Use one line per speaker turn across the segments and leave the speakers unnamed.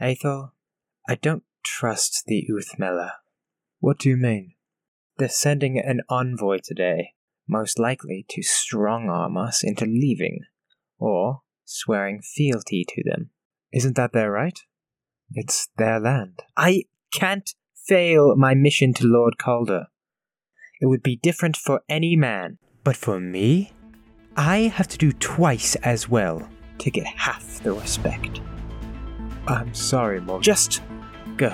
Athol, I don't trust the Uthmela. What do you mean? They're sending an envoy today, most likely to strong arm us into leaving, or swearing fealty to them. Isn't that their right? It's their land. I can't fail my mission to Lord Calder. It would be different for any man, but for me, I have to do twice as well to get half the respect.
I'm sorry, Mom.
Just go.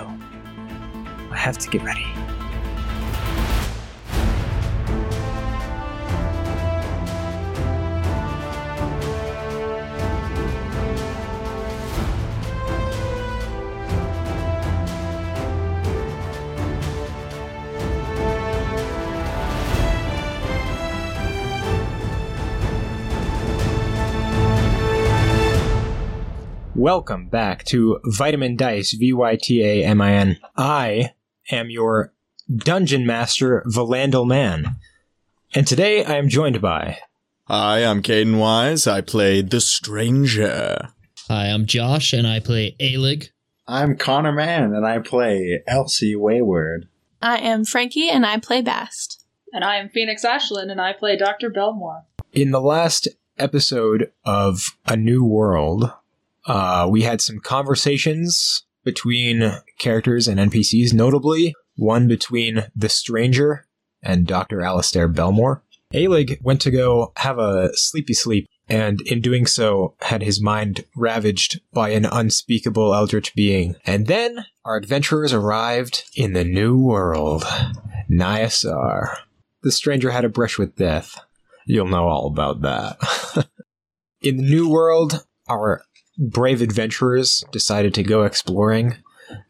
I have to get ready.
Welcome back to Vitamin Dice, V Y T A M I N. I am your dungeon master, Valandal Man. And today I am joined by.
Hi, I'm Caden Wise. I play The Stranger.
Hi, I'm Josh, and I play Alig.
I'm Connor Mann, and I play Elsie Wayward.
I am Frankie and I play Bast.
And I am Phoenix Ashland, and I play Dr. Belmore.
In the last episode of A New World, uh, we had some conversations between characters and NPCs, notably one between the Stranger and Dr. Alastair Belmore. Alig went to go have a sleepy sleep, and in doing so, had his mind ravaged by an unspeakable eldritch being. And then our adventurers arrived in the new world, Nyasar. The Stranger had a brush with death. You'll know all about that. in the new world, our brave adventurers decided to go exploring,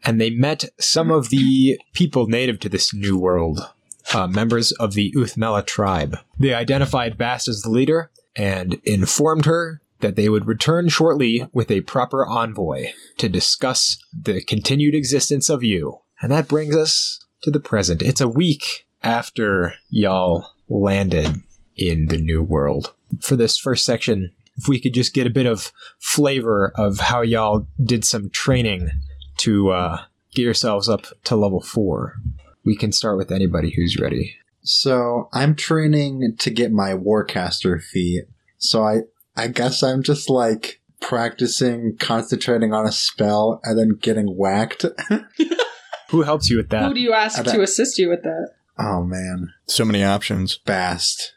and they met some of the people native to this new world, uh, members of the Uthmela tribe. They identified Bast as the leader and informed her that they would return shortly with a proper envoy to discuss the continued existence of you. And that brings us to the present. It's a week after y'all landed in the new world. For this first section, if we could just get a bit of flavor of how y'all did some training to uh, get yourselves up to level four. We can start with anybody who's ready.
So I'm training to get my Warcaster feat. So I, I guess I'm just like practicing, concentrating on a spell, and then getting whacked.
Who helps you with that?
Who do you ask
I bet-
to assist you with that?
oh man,
So many options.
Bast.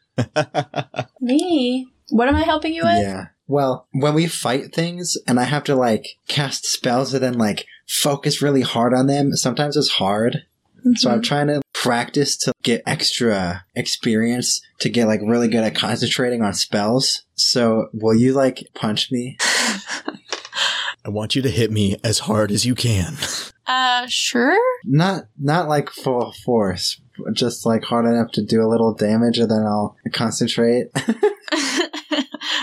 Me? What am I helping you with?
Yeah. Well, when we fight things and I have to like cast spells and then like focus really hard on them, sometimes it's hard.
Mm-hmm.
So I'm trying to practice to get extra experience to get like really good at concentrating on spells. So will you like punch me?
I want you to hit me as hard as you can.
Uh, sure.
Not not like full force, but just like hard enough to do a little damage and then I'll concentrate.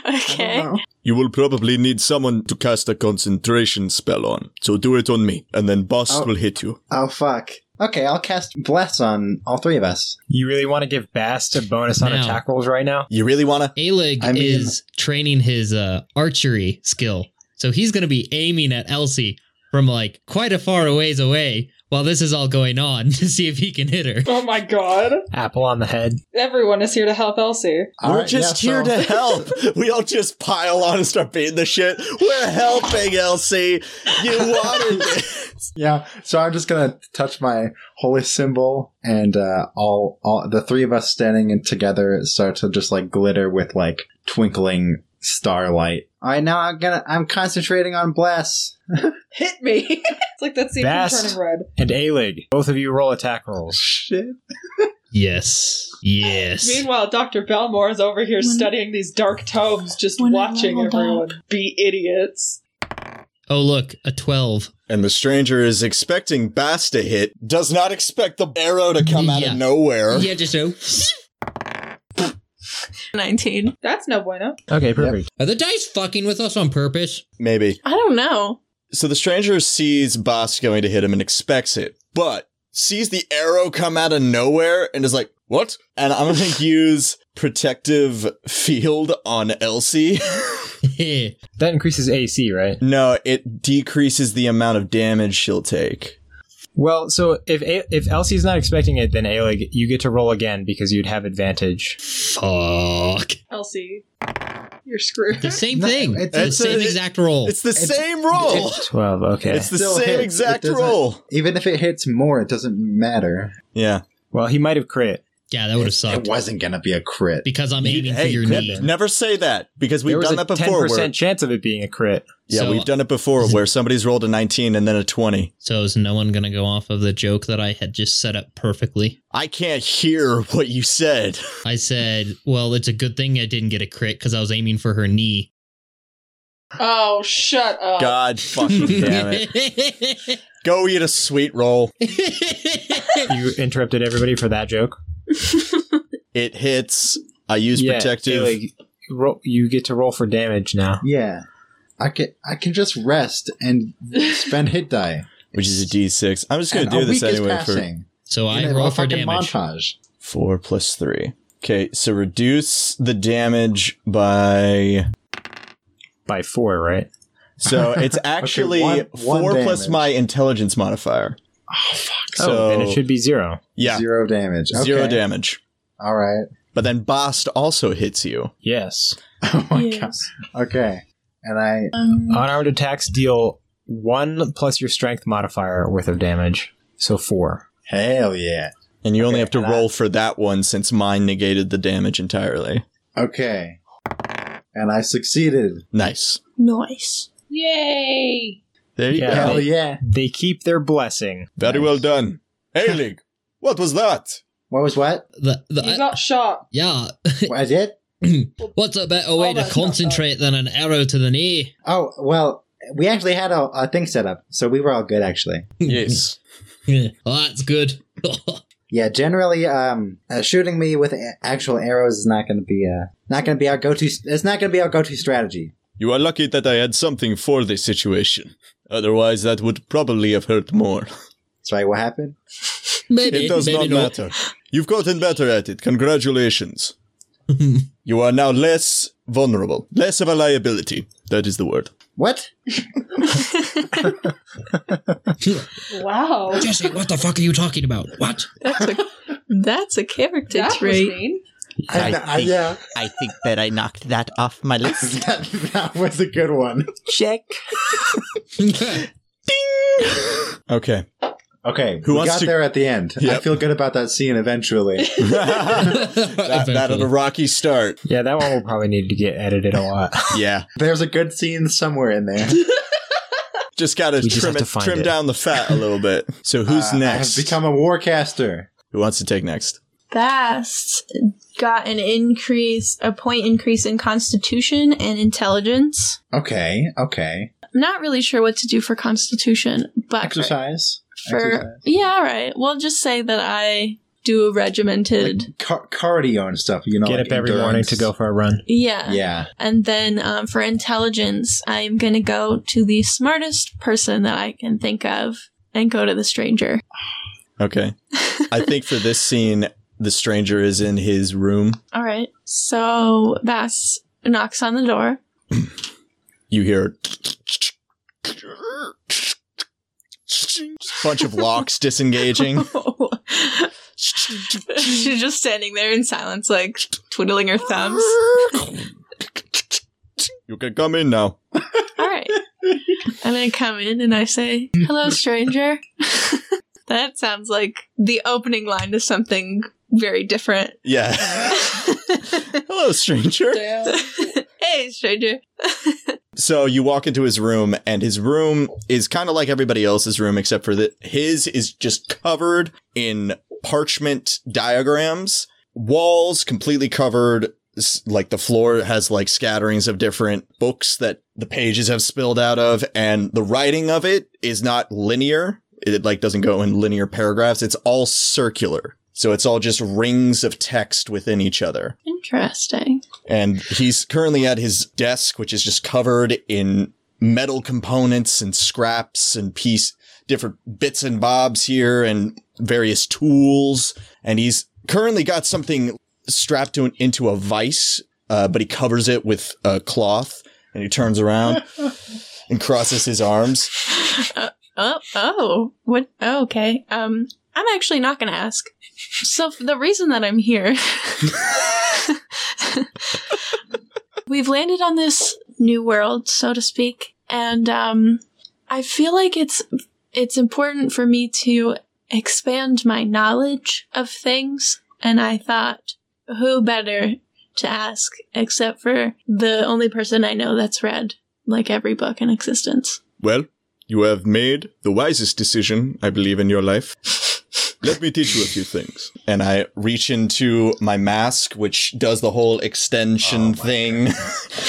I
okay.
don't know.
You will probably need someone to cast a concentration spell on. So do it on me, and then Boss
Oh.
will hit you.
Oh fuck. Okay, I'll cast bless on all three of us.
You really want to give Bast a bonus on
No.
attack rolls right now?
You really wanna?
Alig
I mean-
is training his uh, archery skill, so he's going to be aiming at Elsie from like quite a far ways away while this is all going on to see if he can hit her.
Oh my god.
Apple on the head.
Everyone is here to help Elsie.
All
We're
right,
just
yeah,
here
so-
to help. we all just pile on and start beating the shit. We're helping, Elsie. You wanted this.
Yeah, so I'm just gonna touch my holy symbol, and uh, all all the three of us standing in together start to just like glitter with like twinkling starlight. All right, now I'm gonna I'm concentrating on bless.
Hit me. it's like that scene
Bast.
from Turning Red.
And Alig, both of you roll attack rolls.
Shit.
Yes. Yes.
Meanwhile, Dr. Belmore is over here
When-
studying these dark tomes, just
When I
watching
leveled
everyone be idiots.
Oh, look, a 12.
And the stranger is expecting Bass to hit, does not expect the arrow to come out
Yeah.
of nowhere.
Yeah, just so.
19.
That's no bueno.
Okay, perfect.
Are the dice fucking with us on purpose?
Maybe.
I don't know.
So the stranger sees Boss going to hit him and expects it, but sees the arrow come out of nowhere and is like, what? And I'm going to use protective field on Elsie.
Heh.
That increases AC, right?
No, it decreases the amount of damage she'll take.
Well, so if a- if Elsie's not expecting it, then Aelig, you get to roll again because you'd have advantage.
Fuck.
Elsie, you're screwed.
The same
No,
thing.
it's-
the
it's
same
a-
exact roll.
It's the same roll.
Twelve. Okay.
Oh. It's the
Still
same
hits. It
exact
doesn't-
roll.
Even if it hits more, it doesn't matter.
Yeah.
well, he might have crit.
yeah, that would have
It
sucked.
wasn't gonna be a crit.
Because I'm
You-
aiming for
hey,
your
crap,
knee.
never say that because we've
there was
done
a
that before.
Ten
Where,
percent chance of it being a crit.
yeah,
So-
we've done it before where somebody's rolled a 19 and then a 20.
So is no one going to go off of the joke that I had just set up perfectly?
I can't hear what you said.
I said, well, it's a good thing I didn't get a crit because I was aiming for her knee.
oh, shut up.
God fucking damn it. Go eat a sweet roll.
You interrupted everybody for that joke.
It hits. I use protective.
Aelig, roll, you get to roll for damage now.
Yeah. I can I can just rest and spend hit die.
which is a d6. I'm just going
And
to do
a
this
week is
anyway for
passing
so I
in a
roll for
motherfucking
damage.
montage.
4 plus 3. Okay, so reduce the damage by.
By four, right?
So it's actually
one- one
4 plus
damage.
my intelligence modifier.
Oh fuck.
So,
oh, then it should be zero.
yeah, zero,
Zero damage. Okay.
damage.
All right.
But then Bost also hits you.
Yes.
Oh my god.
Yes.
Okay. And I
Um,
Unarmed attacks deal one plus your strength modifier worth of damage. So four.
hell yeah.
And you only
Okay,
have to
and I-
roll for that one since mine negated the damage entirely.
Okay. And I succeeded.
Nice.
nice.
Yay!
There you
Yeah.
go.
Hell yeah.
They keep their blessing.
Very well done. Ailig, what was that?
What was what?
The, the, uh,
You got shot.
yeah.
What I did?
What's a better way
Oh,
to
that's not
concentrate than an arrow to the knee?
Oh well, we actually had a, a thing set up, so we were all good actually.
Yes.
Yeah. well, that's good.
Yeah, generally, um, uh, shooting me with a- actual arrows is not going to be uh, not going to be our go to. It's not going to be our go to strategy.
You are lucky that I had something for this situation. Otherwise, that would probably have hurt more.
Sorry, what happened?
maybe
It does
maybe
not matter. You've gotten better at it. Congratulations. you are now less vulnerable, less of a liability. That is the word.
What?
Wow.
Jesse, what the fuck are you talking about? What?
That's a, that's a character
That was
trait.
mean.
I, I, yeah,
I think that I knocked that off my list.
that, that was a good one.
Check.
Okay.
Okay,
Who
we
wants
got
to-
there at the end. I
Yep.
feel good about that scene eventually.
that, that had a
Eventually.
rocky start.
Yeah, that one will probably need to get edited a lot.
Yeah.
There's a good scene somewhere in there.
Just gotta
We just
trim,
have
it,
to find
trim
it.
down the fat a little bit. So who's
Uh,
next?
I have become a warcaster.
Who wants to take next?
Bast got an increase, a point increase in constitution and intelligence.
Okay, okay.
I'm not really sure what to do for constitution, but
Exercise.
for
Exercise.
yeah, all right. We'll just say that I do a regimented.
Like, car- cardio and stuff. You know,
Get
like
up every
endurance.
morning to go for a run.
yeah.
Yeah.
And then um, for intelligence, I'm going to go to the smartest person that I can think of and go to the stranger.
Okay. I think for this scene, the stranger is in his room.
All right. So Bass knocks on the door.
You hear bunch of locks disengaging.
She's just standing there in silence, like twiddling her thumbs.
You can come in now.
All right. I'm going to come in and I say, Hello, stranger. that sounds like the opening line to something very different.
Yeah. Hello, stranger.
hey, stranger.
So you walk into his room, and his room is kind of like everybody else's room, except for that his is just covered in parchment diagrams, walls completely covered. s- Like the floor has like scatterings of different books that the pages have spilled out of, and the writing of it is not linear. It like doesn't go in linear paragraphs. It's all circular. So it's all just rings of text within each other
Interesting.
and he's currently at his desk, which is just covered in metal components and scraps and piece, different bits and bobs here and various tools. And he's currently got something strapped to an, into a vise, uh, but he covers it with a cloth. And he turns around and crosses his arms.
Uh, oh, oh, what? Oh, okay. Um, I'm actually not gonna ask. So f- the reason that I'm here, we've landed on this new world, so to speak, and um, I feel like it's it's important for me to expand my knowledge of things, and I thought, who better to ask except for the only person I know that's read like every book in existence.
Well, you have made the wisest decision, I believe, in your life. Let me teach you a few things. And I reach into my mask, which does the whole extension thing.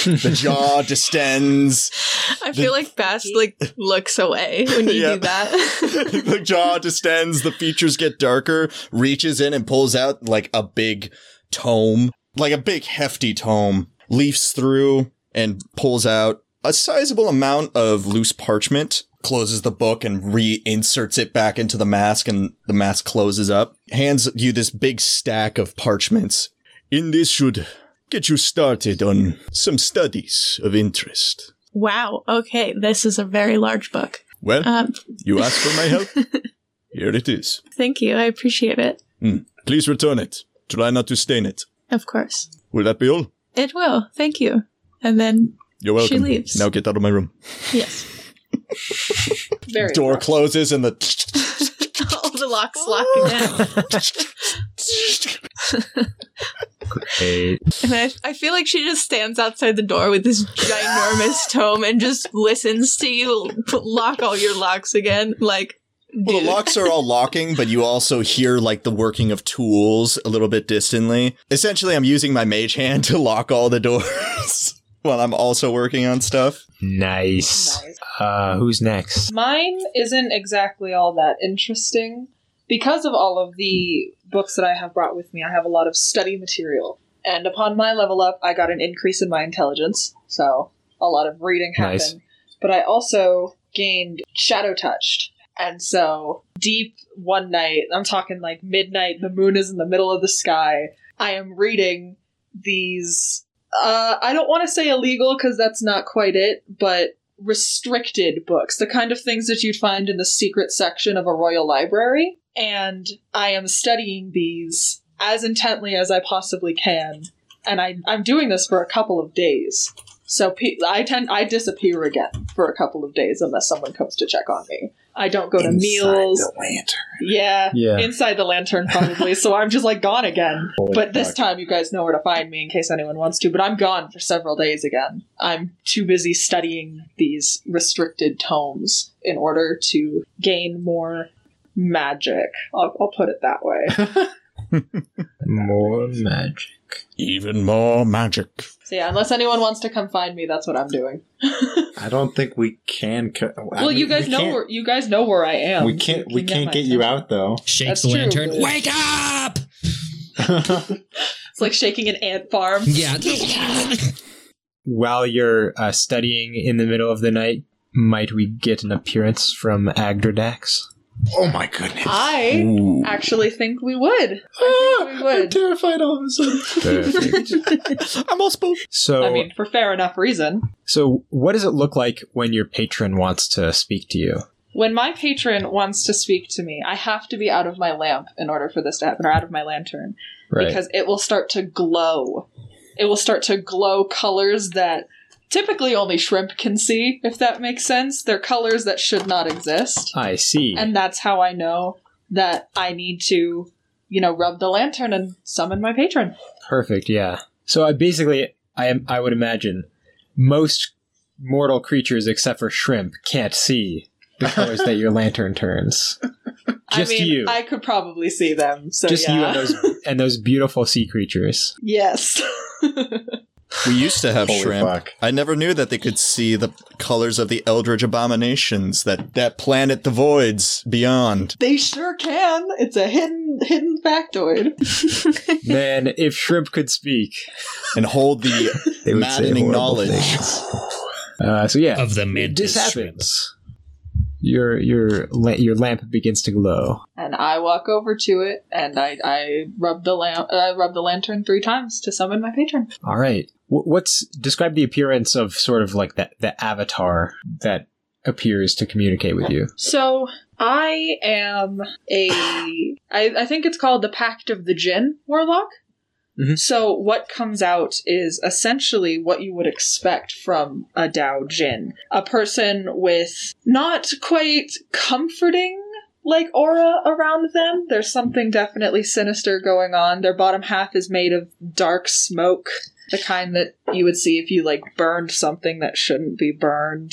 the jaw distends.
I
The-
feel like Bast like looks away when you
Yeah.
do that.
the jaw distends, the features get darker, reaches in and pulls out like a big tome, like a big hefty tome, leafs through and pulls out a sizable amount of loose parchment, closes the book and reinserts it back into the mask, and the mask closes up, hands you this big stack of parchments. In this should get you started on some studies of interest.
wow. Okay, this is a very large book.
Well,
Um,
you asked for my help. Here it is.
thank you. I appreciate it.
Please return it. Try not to stain it.
Of course,
Will that be all?
it will. Thank you. And then
You're
She
welcome.
leaves.
Now get out of my room.
yes,
Very
Door
impressive.
closes and the
all the locks lock again.
Great.
And I, I feel like she just stands outside the door with this ginormous tome and just listens to you lock all your locks again. Like,
well,
dude.
the locks are all locking, but you also hear like the working of tools a little bit distantly. Essentially, I'm using my mage hand to lock all the doors while I'm also working on stuff.
Nice.
Nice.
Uh, who's next?
Mine isn't exactly all that interesting. Because of all of the books that I have brought with me, I have a lot of study material. And upon my level up, I got an increase in my intelligence, so a lot of reading happened.
Nice.
But I also gained shadow touched. And so, deep one night, I'm talking like midnight, the moon is in the middle of the sky. I am reading these. Uh, I don't want to say illegal because that's not quite it, but restricted books, the kind of things that you'd find in the secret section of a royal library. And I am studying these as intently as I possibly can. And I, I'm doing this for a couple of days. So pe- I tend I disappear again for a couple of days unless someone comes to check on me. I don't go to meals.
The lantern.
Yeah,
Yeah.
inside the lantern probably. so I'm just like gone again.
Holy
but this
fuck.
time, you guys know where to find me in case anyone wants to. But I'm gone for several days again. I'm too busy studying these restricted tomes in order to gain more magic. I'll, I'll put it that way.
More magic.
Even more magic.
so yeah, unless anyone wants to come find me, that's what I'm doing.
I don't think we can. Co- I
well,
mean,
you guys
we
know
can't-
where you guys know where I am.
we can't.
You
We
can
can't
my
get you
attention.
out though.
Shakes
That's
the
true,
lantern.
but-
Wake up!
It's like shaking an ant farm.
Yeah.
While you're uh, studying in the middle of the night, might we get an appearance from Agdradax?
oh my goodness!
I
Ooh.
actually think we would. I
Ah,
think we would.
Ah, terrified all of a sudden.
Perfect.
I'm all spooked.
So,
I mean, for fair enough reason.
so what does it look like when your patron wants to speak to you?
When my patron wants to speak to me, I have to be out of my lamp in order for this to happen, or out of my lantern,
Right.
because it will start to glow. It will start to glow colors that typically only shrimp can see, if that makes sense. They're colors that should not exist.
I see.
And that's how I know that I need to, you know, rub the lantern and summon my patron.
Perfect. Yeah. So I basically, I am. I would imagine most mortal creatures, except for shrimp, can't see the colors that your lantern turns. Just
I mean,
you.
I could probably see them. So
Just
yeah.
you and those and those beautiful sea creatures.
yes.
We used to have
Holy
shrimp.
fuck.
I never knew that they could see the colors of the eldritch abominations that that planet the voids beyond.
they sure can. It's a hidden hidden factoid.
Man, if shrimp could speak,
and hold the
they would say
maddening
horrible
knowledge.
things. Uh, so yeah,
of the mantis.
this happens. Your your la- your lamp begins to glow.
And I walk over to uh, it and I, I rub the lamp I rub the lantern three times to summon my patron.
All right. Wh- What's describe the appearance of sort of like that the avatar that appears to communicate with you?
So I am a. I, I think it's called the Pact of the Jinn Warlock.
Mhm.
So what comes out is essentially what you would expect from a Dao Jin, a person with not quite comforting like aura around them. There's something definitely sinister going on. Their bottom half is made of dark smoke, the kind that you would see if you like burned something that shouldn't be burned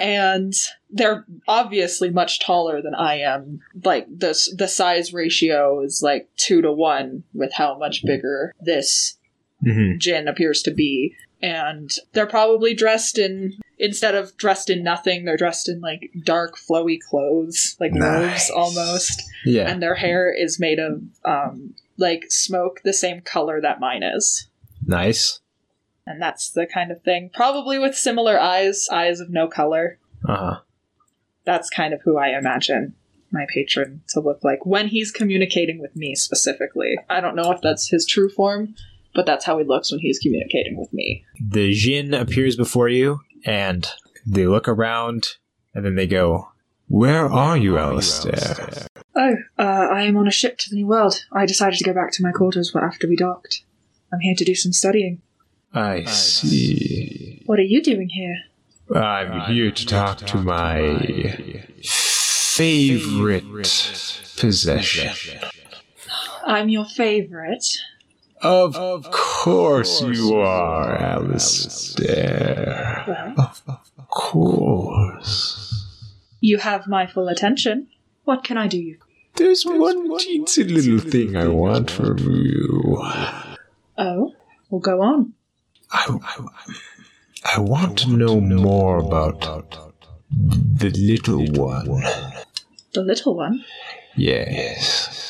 and they're obviously much taller than I am. Like the the size ratio is like two to one with how much bigger this
mm-hmm.
Jin appears to be. And they're probably dressed in instead of dressed in nothing, they're dressed in like dark, flowy clothes, like robes
Nice.
almost.
Yeah.
And their hair is made of um, like smoke, the same color that mine is.
Nice.
And that's the kind of thing. Probably with similar eyes, eyes of no color.
Uh huh.
that's kind of who I imagine my patron to look like when he's communicating with me specifically. I don't know if that's his true form, but that's how he looks when he's communicating with me.
The Jin appears before you, and they look around, and then they go, "Where are you, Alistair?"
Oh, uh, I am on a ship to the New World. I decided to go back to my quarters after we docked. I'm here to do some studying.
I see.
What are you doing here?
I'm here to talk to my favorite possession.
I'm your favorite.
Of, course, you are, Alistair.
Well,
Of course.
you have my full attention. What can I do you?
There's one teensy little thing I want from you.
Oh, well, go on.
I, I want to know more about the little one.
The little one.
Yes.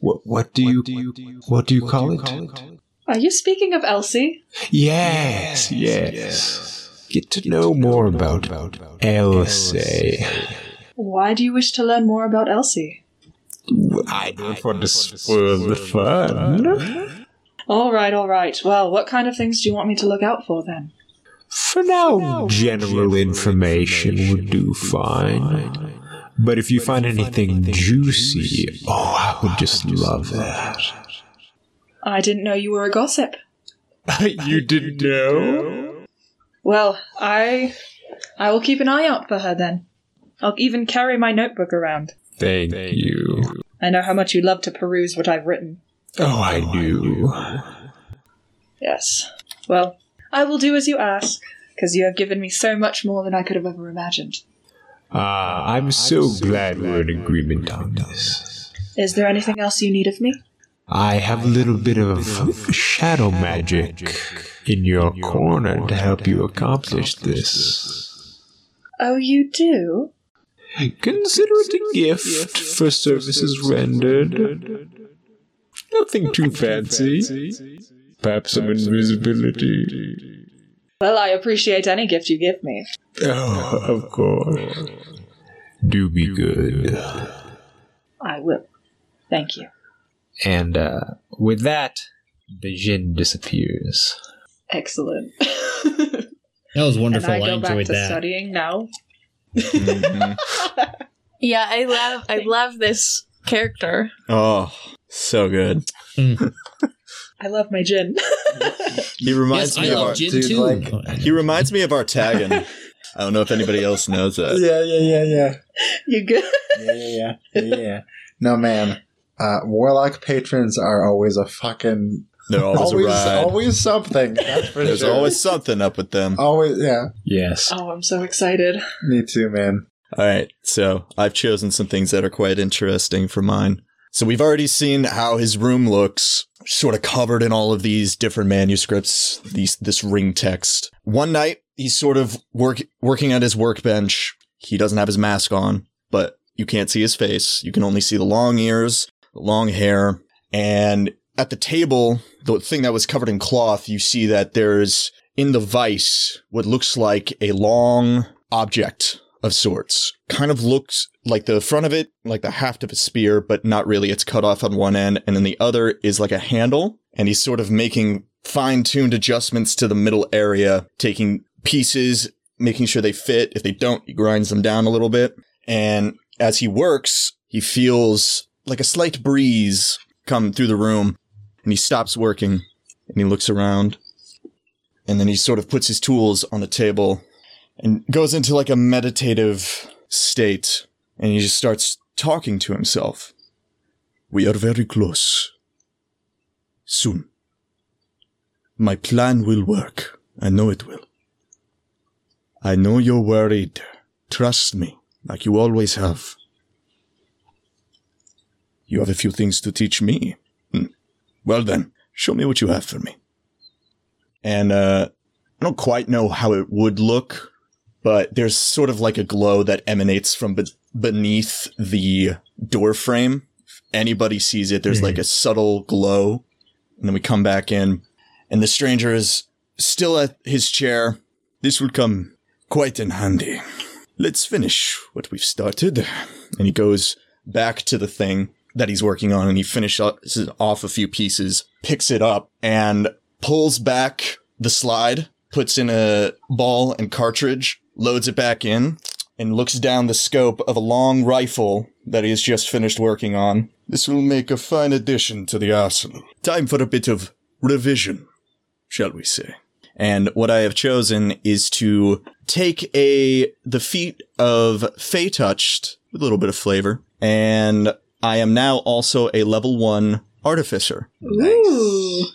What, what do you what do you call it?
Are you speaking of Elsie?
Yes, yes. Get to know more about Elsie.
Why do you wish to learn more about Elsie?
I don't want to spoil the fun.
All right, all right. Well, what kind of things do you want me to look out for then?
For now, general information would do fine. But if you find anything juicy, oh, I would just love that.
I didn't know you were a gossip.
you didn't know?
Well, I I will keep an eye out for her then. I'll even carry my notebook around.
Thank you.
I know how much you love to peruse what I've written.
Oh, I do.
Yes. Well, I will do as you ask, because you have given me so much more than I could have ever imagined.
Ah, I'm so glad we're in agreement on this.
Is there anything else you need of me?
I have a little bit of shadow magic in your corner to help you accomplish this.
Oh, you do?
Consider it a gift for services rendered. Nothing too fancy. Perhaps some invisibility.
Well, I appreciate any gift you give me.
Oh, of course. Do be good.
I will. Thank you.
And uh, with that, the Jin disappears.
Excellent.
That was wonderful.
and I
I,
go back
enjoyed
to
that.
studying now.
Mm-hmm.
Yeah, I love I love this character.
Oh, so good.
Mm.
I love my gin.
He reminds
Yes, I
me of
love
our,
gin
dude,
too.
like-
Oh, I know.
he reminds me of our Tagan. I don't know if anybody else knows that.
yeah, yeah, yeah, yeah.
you good?
Yeah, yeah, yeah. yeah, yeah. no, man. Uh, warlock patrons are always a fucking
They're always,
always
a ride.
always something. That's for
There's
sure.
always something up with them.
always yeah.
Yes.
Oh, I'm so excited.
Me too, man.
All right, so I've chosen some things that are quite interesting for mine. So we've already seen how his room looks, sort of covered in all of these different manuscripts, these this ring text. One night, he's sort of work working at his workbench. He doesn't have his mask on, but you can't see his face. You can only see the long ears, the long hair, and at the table, the thing that was covered in cloth, you see that there's in the vice what looks like a long object of sorts. Kind of looks like the front of it, like the haft of a spear, but not really. It's cut off on one end, and then the other is like a handle, and he's sort of making fine tuned adjustments to the middle area, taking pieces, making sure they fit. If they don't, he grinds them down a little bit. And as he works, he feels like a slight breeze come through the room and he stops working and he looks around and then he sort of puts his tools on the table and goes into like a meditative state and he just starts talking to himself. We are very close. Soon. My plan will work. I know it will. I know you're worried. Trust me, like you always have. You have a few things to teach me. Hmm. Well then, show me what you have for me. And uh, I don't quite know how it would look, but there's sort of like a glow that emanates from be- beneath the door frame. If anybody sees it, there's like a subtle glow. And then we come back in, and the stranger is still at his chair. This will come quite in handy. Let's finish what we've started. And he goes back to the thing that he's working on and he finishes off a few pieces, picks it up, and pulls back the slide, puts in a ball and cartridge, loads it back in, and looks down the scope of a long rifle that he has just finished working on. This will make a fine addition to the arsenal. Time for a bit of revision, shall we say. And what I have chosen is to take a the feat of Fey Touched with a little bit of flavor, and I am now also a level one artificer.
Ooh,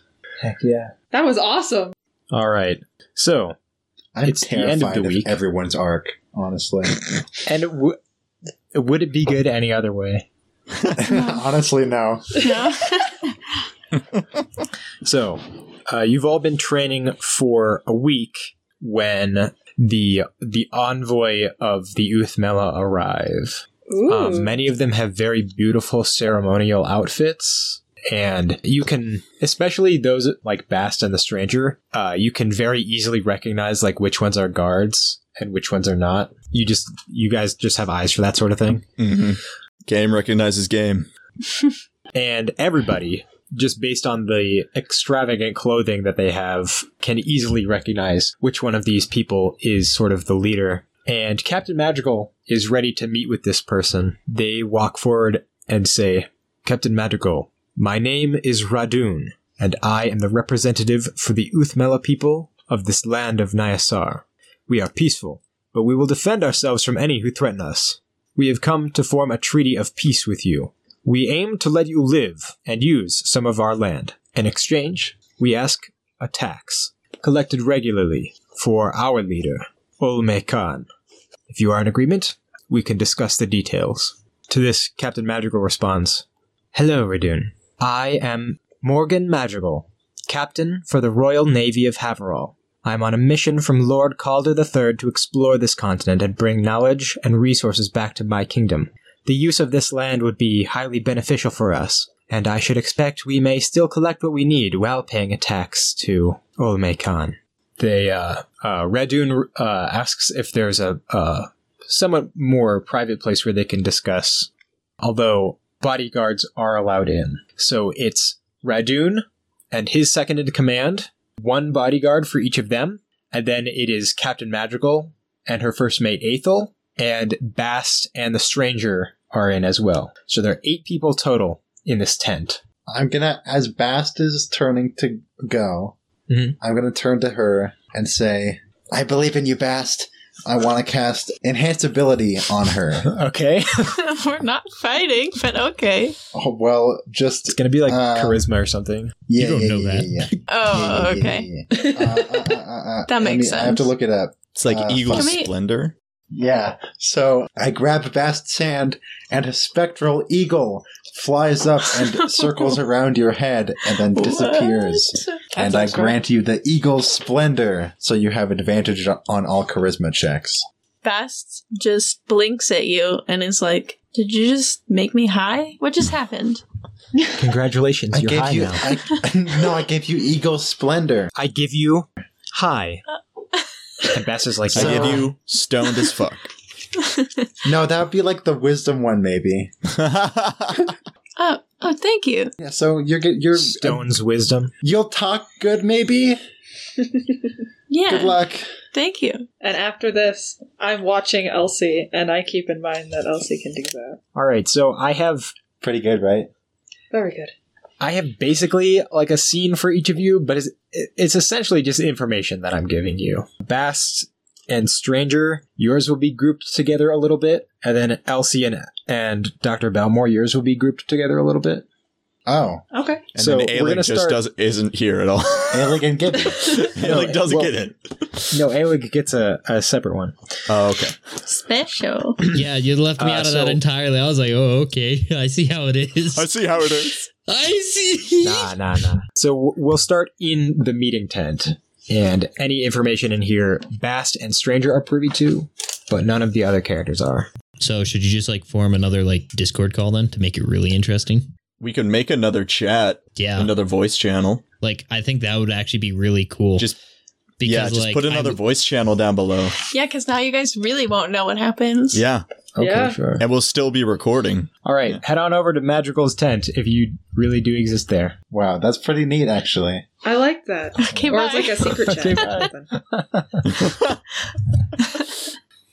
Heck yeah.
that was awesome.
All right. So,
I'm
It's the end
terrified
of
of,
the week.
everyone's arc, honestly.
and w- would it be good any other way?
honestly, no.
No.
So, uh, you've all been training for a week when the the envoy of the Uthmela arrive.
Ooh.
Oh,
Um, many of them have very beautiful ceremonial outfits. And you can, especially those like Bast and the Stranger, uh, you can very easily recognize like which ones are guards and which ones are not. You just, you guys just have eyes for that sort of thing.
Mm-hmm. Game recognizes game.
and everybody just based on the extravagant clothing that they have can easily recognize which one of these people is sort of the leader and captain madrigal is ready to meet with this person they walk forward and say captain madrigal my name is radun and i am the representative for the uthmela people of this land of nyasar we are peaceful but we will defend ourselves from any who threaten us we have come to form a treaty of peace with you we aim to let you live and use some of our land. In exchange, we ask a tax, collected regularly, for our leader, Olme Khan. If you are in agreement, we can discuss the details. To this, Captain Madrigal responds Hello, Radun. I am Morgan Madrigal, captain for the Royal Navy of Haverall. I am on a mission from Lord Calder III to explore this continent and bring knowledge and resources back to my kingdom. The use of this land would be highly beneficial for us, and I should expect we may still collect what we need while paying a tax to Olme Khan. They, uh, uh, Radun uh, asks if there's a uh, somewhat more private place where they can discuss, although bodyguards are allowed in. So it's Radun and his second in command, one bodyguard for each of them, and then it is Captain Madrigal and her first mate Athel, and Bast and the Stranger are in as well. So there are eight people total in this tent.
I'm gonna, as Bast is turning to go,
Mhm.
I'm gonna turn to her and say, I believe in you, Bast. I want to cast Enhance Ability on her.
Okay.
We're not fighting, but okay.
oh, well,
It's
just.
going to be like
Uh,
charisma or something.
Yeah,
don't
yeah,
know
yeah,
that.
yeah,
Oh,
yeah, yeah,
okay.
yeah, yeah, yeah. Uh, uh, uh, uh, uh,
That
I
makes
mean, I have to
sense.
look it up.
It's like
Uh,
Eagle
Can we-
Splendor.
Yeah. So I grab Bast's hand, and a spectral eagle flies up and circles around your head and then disappears.
What?
and I grant you the eagle's splendor, so you have advantage on all charisma checks.
Bast just blinks at you and is like, "Did you just make me high? What just happened?"
Congratulations, you're high
you.
now.
I, no, I gave you eagle splendor.
I give you high. and Bast is like,
So-
I give you stoned as fuck.
No, that would be like the wisdom one, maybe.
Oh, Oh, thank you.
Yeah, so you're get- you're
Stone's wisdom.
you'll talk good maybe.
Yeah.
Good luck.
Thank you.
And after this, I'm watching Elsie, and I keep in mind that Elsie can do that.
All right, so I have
Pretty good, right?
Very good.
I have basically like a scene for each of you, but it's, it's essentially just information that I'm giving you. Bast and Stranger, yours will be grouped together a little bit, and then Elsie and and Dr. Balmore, yours will be grouped together a little bit.
Oh,
Okay.
And
So
then
we're gonna
Aelig just
start-
doesn't isn't here at all.
elegant Gibbon.
Aelig doesn't
well-
get it.
No, Aelig gets a, a separate one.
Oh, okay.
Special.
Yeah, you left me
Uh,
out of
so-
that entirely. I was like, oh, okay. I see how it is.
I see how it is.
I see.
Nah, nah, nah. So w- we'll start in the meeting tent, and any information in here, Bast and Stranger are privy to, but none of the other characters are.
So should you just like form another like Discord call then to make it really interesting?
We can make another chat,
Yeah.
another voice channel.
Like I think that would actually be really cool.
Just
because
yeah, just
like
put
I
another
w-
voice channel down below.
Yeah, because now you guys really won't know what happens.
Yeah,
Okay,
Yeah.
sure.
and we'll still be recording.
All right,
Yeah.
head on over to Madrigal's tent if you really do exist there.
wow, that's pretty neat actually.
I like that.
Okay,
or
bye.
it's like a secret chat.
Okay,
or
bye.
something.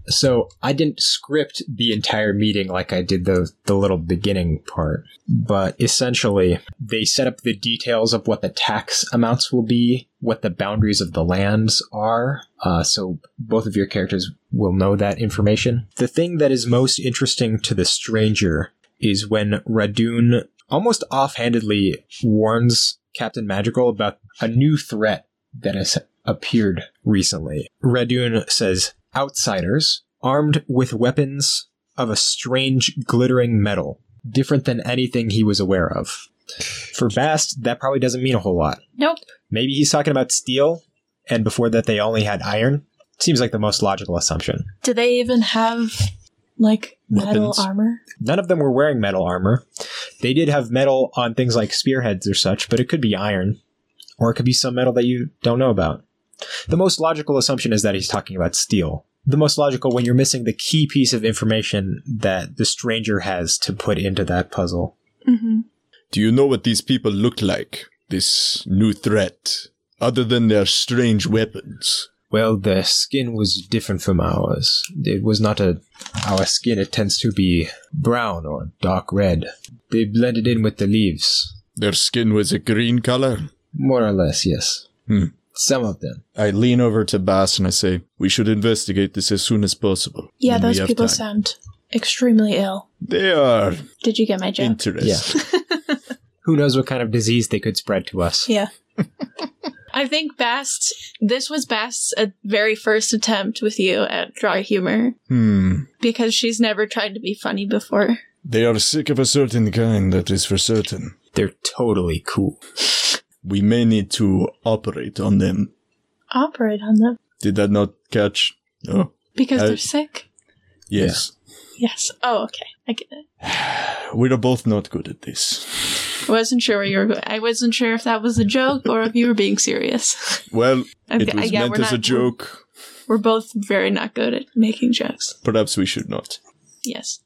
So I didn't script the entire meeting like I did the the little beginning part, but essentially they set up the details of what the tax amounts will be, what the boundaries of the lands are. Uh, so both of your characters will know that information. The thing that is most interesting to the stranger is when Radun almost offhandedly warns Captain Madrigal about a new threat that has appeared recently. Radun says, Outsiders, armed with weapons of a strange glittering metal, different than anything he was aware of. For Bast, that probably doesn't mean a whole lot.
Nope.
Maybe he's talking about steel, and before that they only had iron. Seems like the most logical assumption.
Do they even have like metal
Weapons.
armor?
None of them were wearing metal armor. They did have metal on things like spearheads or such, but it could be iron, or it could be some metal that you don't know about. The most logical assumption is that he's talking about steel. The most logical when you're missing the key piece of information that the stranger has to put into that puzzle.
Mm-hmm.
Do you know what these people look like? This new threat, other than their strange weapons.
Well, their skin was different from ours. It was not a our skin. It tends to be brown or dark red. They blended in with the leaves,
Their skin was a green color.
more or less. Yes,
Hmm.
some of them.
I lean over to Bass and I say, "We should investigate this as soon as possible."
Yeah,
when we
those
have
people
time."
sound extremely ill.
They are
Did you get my joke?
interesting.
who knows what kind of disease they could spread to us.
Yeah. I think Bast, this was Bast's uh, very first attempt with you at dry humor
Hmm.
because she's never tried to be funny before.
They are sick of a certain kind, that is for certain.
They're totally cool.
We may need to operate on them.
Operate on them
Did that not catch? No?
because
Uh,
they're sick.
Yes.
Yes. Oh, okay. I get it.
We are both not good at this.
I wasn't sure where you were going. I wasn't sure if that was a joke or if you were being serious.
Well,
Okay,
it was
yeah,
meant
we're
as a
not-
joke.
We're both very not good at making jokes.
Perhaps we should not.
Yes.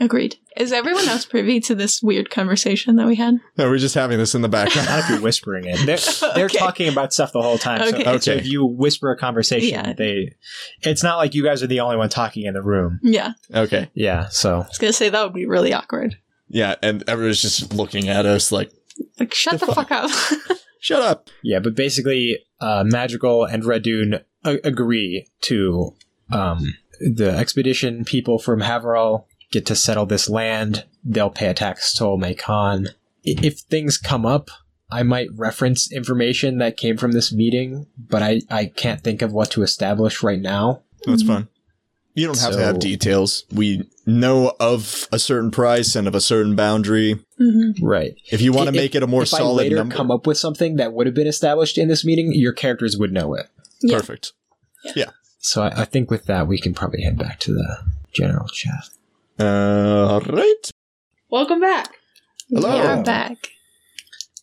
Agreed. Is everyone else privy to this weird conversation that we had?
No, we're just having this in the
Not
background.
if you're whispering it. They're, they're
Okay.
talking about stuff the whole time. So-
Okay.
So,
Okay.
if you whisper a conversation,
Yeah.
they it's not like you guys are the only one talking in the room.
Yeah. I
okay.
Yeah, so
was going to say that would be really awkward.
Yeah, and everyone's just looking at us like,
Like, shut
The
the,
fuck?
fuck up.
shut up.
yeah, but basically uh, Madrigal and Redoon a- agree to um, the expedition people from Haverall get to settle this land. They'll pay a tax to Olme Khan. I- If things come up, I might reference information that came from this meeting, but I, I can't think of what to establish right now.
That's
Mm-hmm.
fun. You don't have to have
So-
details. We know of a certain price and of a certain boundary.
hmm
Right.
If you want to
If-
make it a more
if I
solid
later
number,
come up with something that would have been established in this meeting, your characters would know it.
Yeah.
perfect.
So I, I think with that, we can probably head back to the general chat.
Uh, all right.
Welcome back.
Hello.
We are back.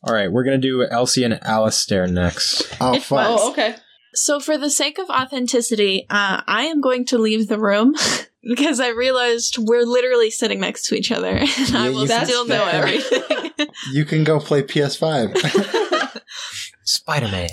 All right, we're gonna do Elsie and Alistair next.
Oh
It
fuck.
was.
Oh, okay.
So, for the sake of authenticity, uh, I am going to leave the room because I realized we're literally sitting next to each other, and I
Yeah,
will
you-
That's
still know
fair.
everything.
You can go play PS5.
Spider Man.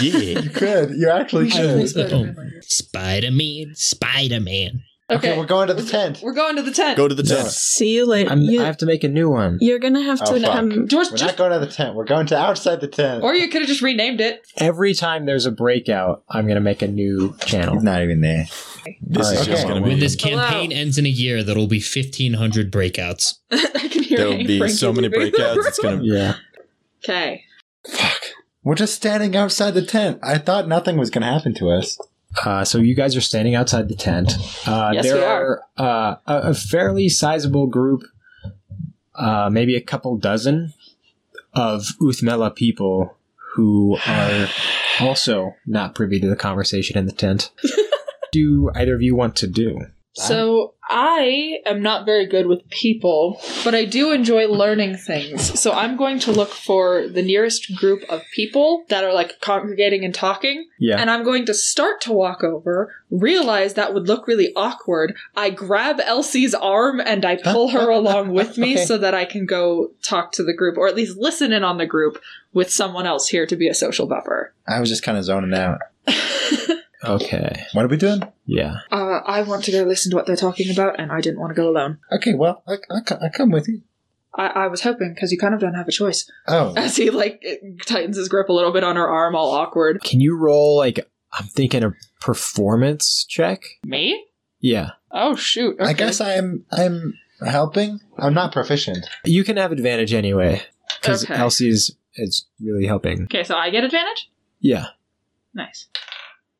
Yeah.
you could. You actually should.
will. Spider Man, Spider Man.
Okay, we're going to the tent.
We're going to the tent.
Go to the tent.
See you later.
I'm,
you,
I have to make a new one.
are gonna have
Oh,
to
fuck.
um,
George,
We're
just,
not going to the tent. We're going to outside the tent.
or you could have just renamed it.
Every time there's a breakout, I'm gonna make a new channel.
not even there.
This is
Alright,
just
okay.
going to
When
be.
this campaign ends in a year, there'll be 1,500 breakouts.
I can hear
There'll be so many breakouts. It's going to.
Yeah.
Okay.
We're just standing outside the tent. I thought nothing was going to happen to us.
Uh, so you guys are standing outside the tent. Uh,
Yes,
there
we
are,
are.
uh, a, a fairly sizable group, uh, maybe a couple dozen, of Uthmela people who are also not privy to the conversation in the tent. do either of you want to do?
So I am not very good with people, but I do enjoy learning things. So I'm going to look for the nearest group of people that are like congregating and talking,
Yeah.
and I'm going to start to walk over, realize that would look really awkward. I grab Elsie's arm and I pull her along with me
Okay.
so that I can go talk to the group or at least listen in on the group with someone else here to be a social buffer.
I was just kind of zoning out.
okay.
What are we doing?
Yeah.
Uh, I want to go listen to what they're talking about, and I didn't want to go alone.
Okay, well, I, I, co- I come with you.
I, I was hoping because you kind of don't have a choice.
Oh,
As he like tightens his grip a little bit on her arm, all awkward.
Can you roll, like, I'm thinking a performance check?
Me?
Yeah.
Oh shoot!
I guess I'm I'm helping. I'm not proficient.
You can have advantage anyway, because
Okay.
Elsie's is really helping.
Okay, so I get advantage.
Yeah.
Nice.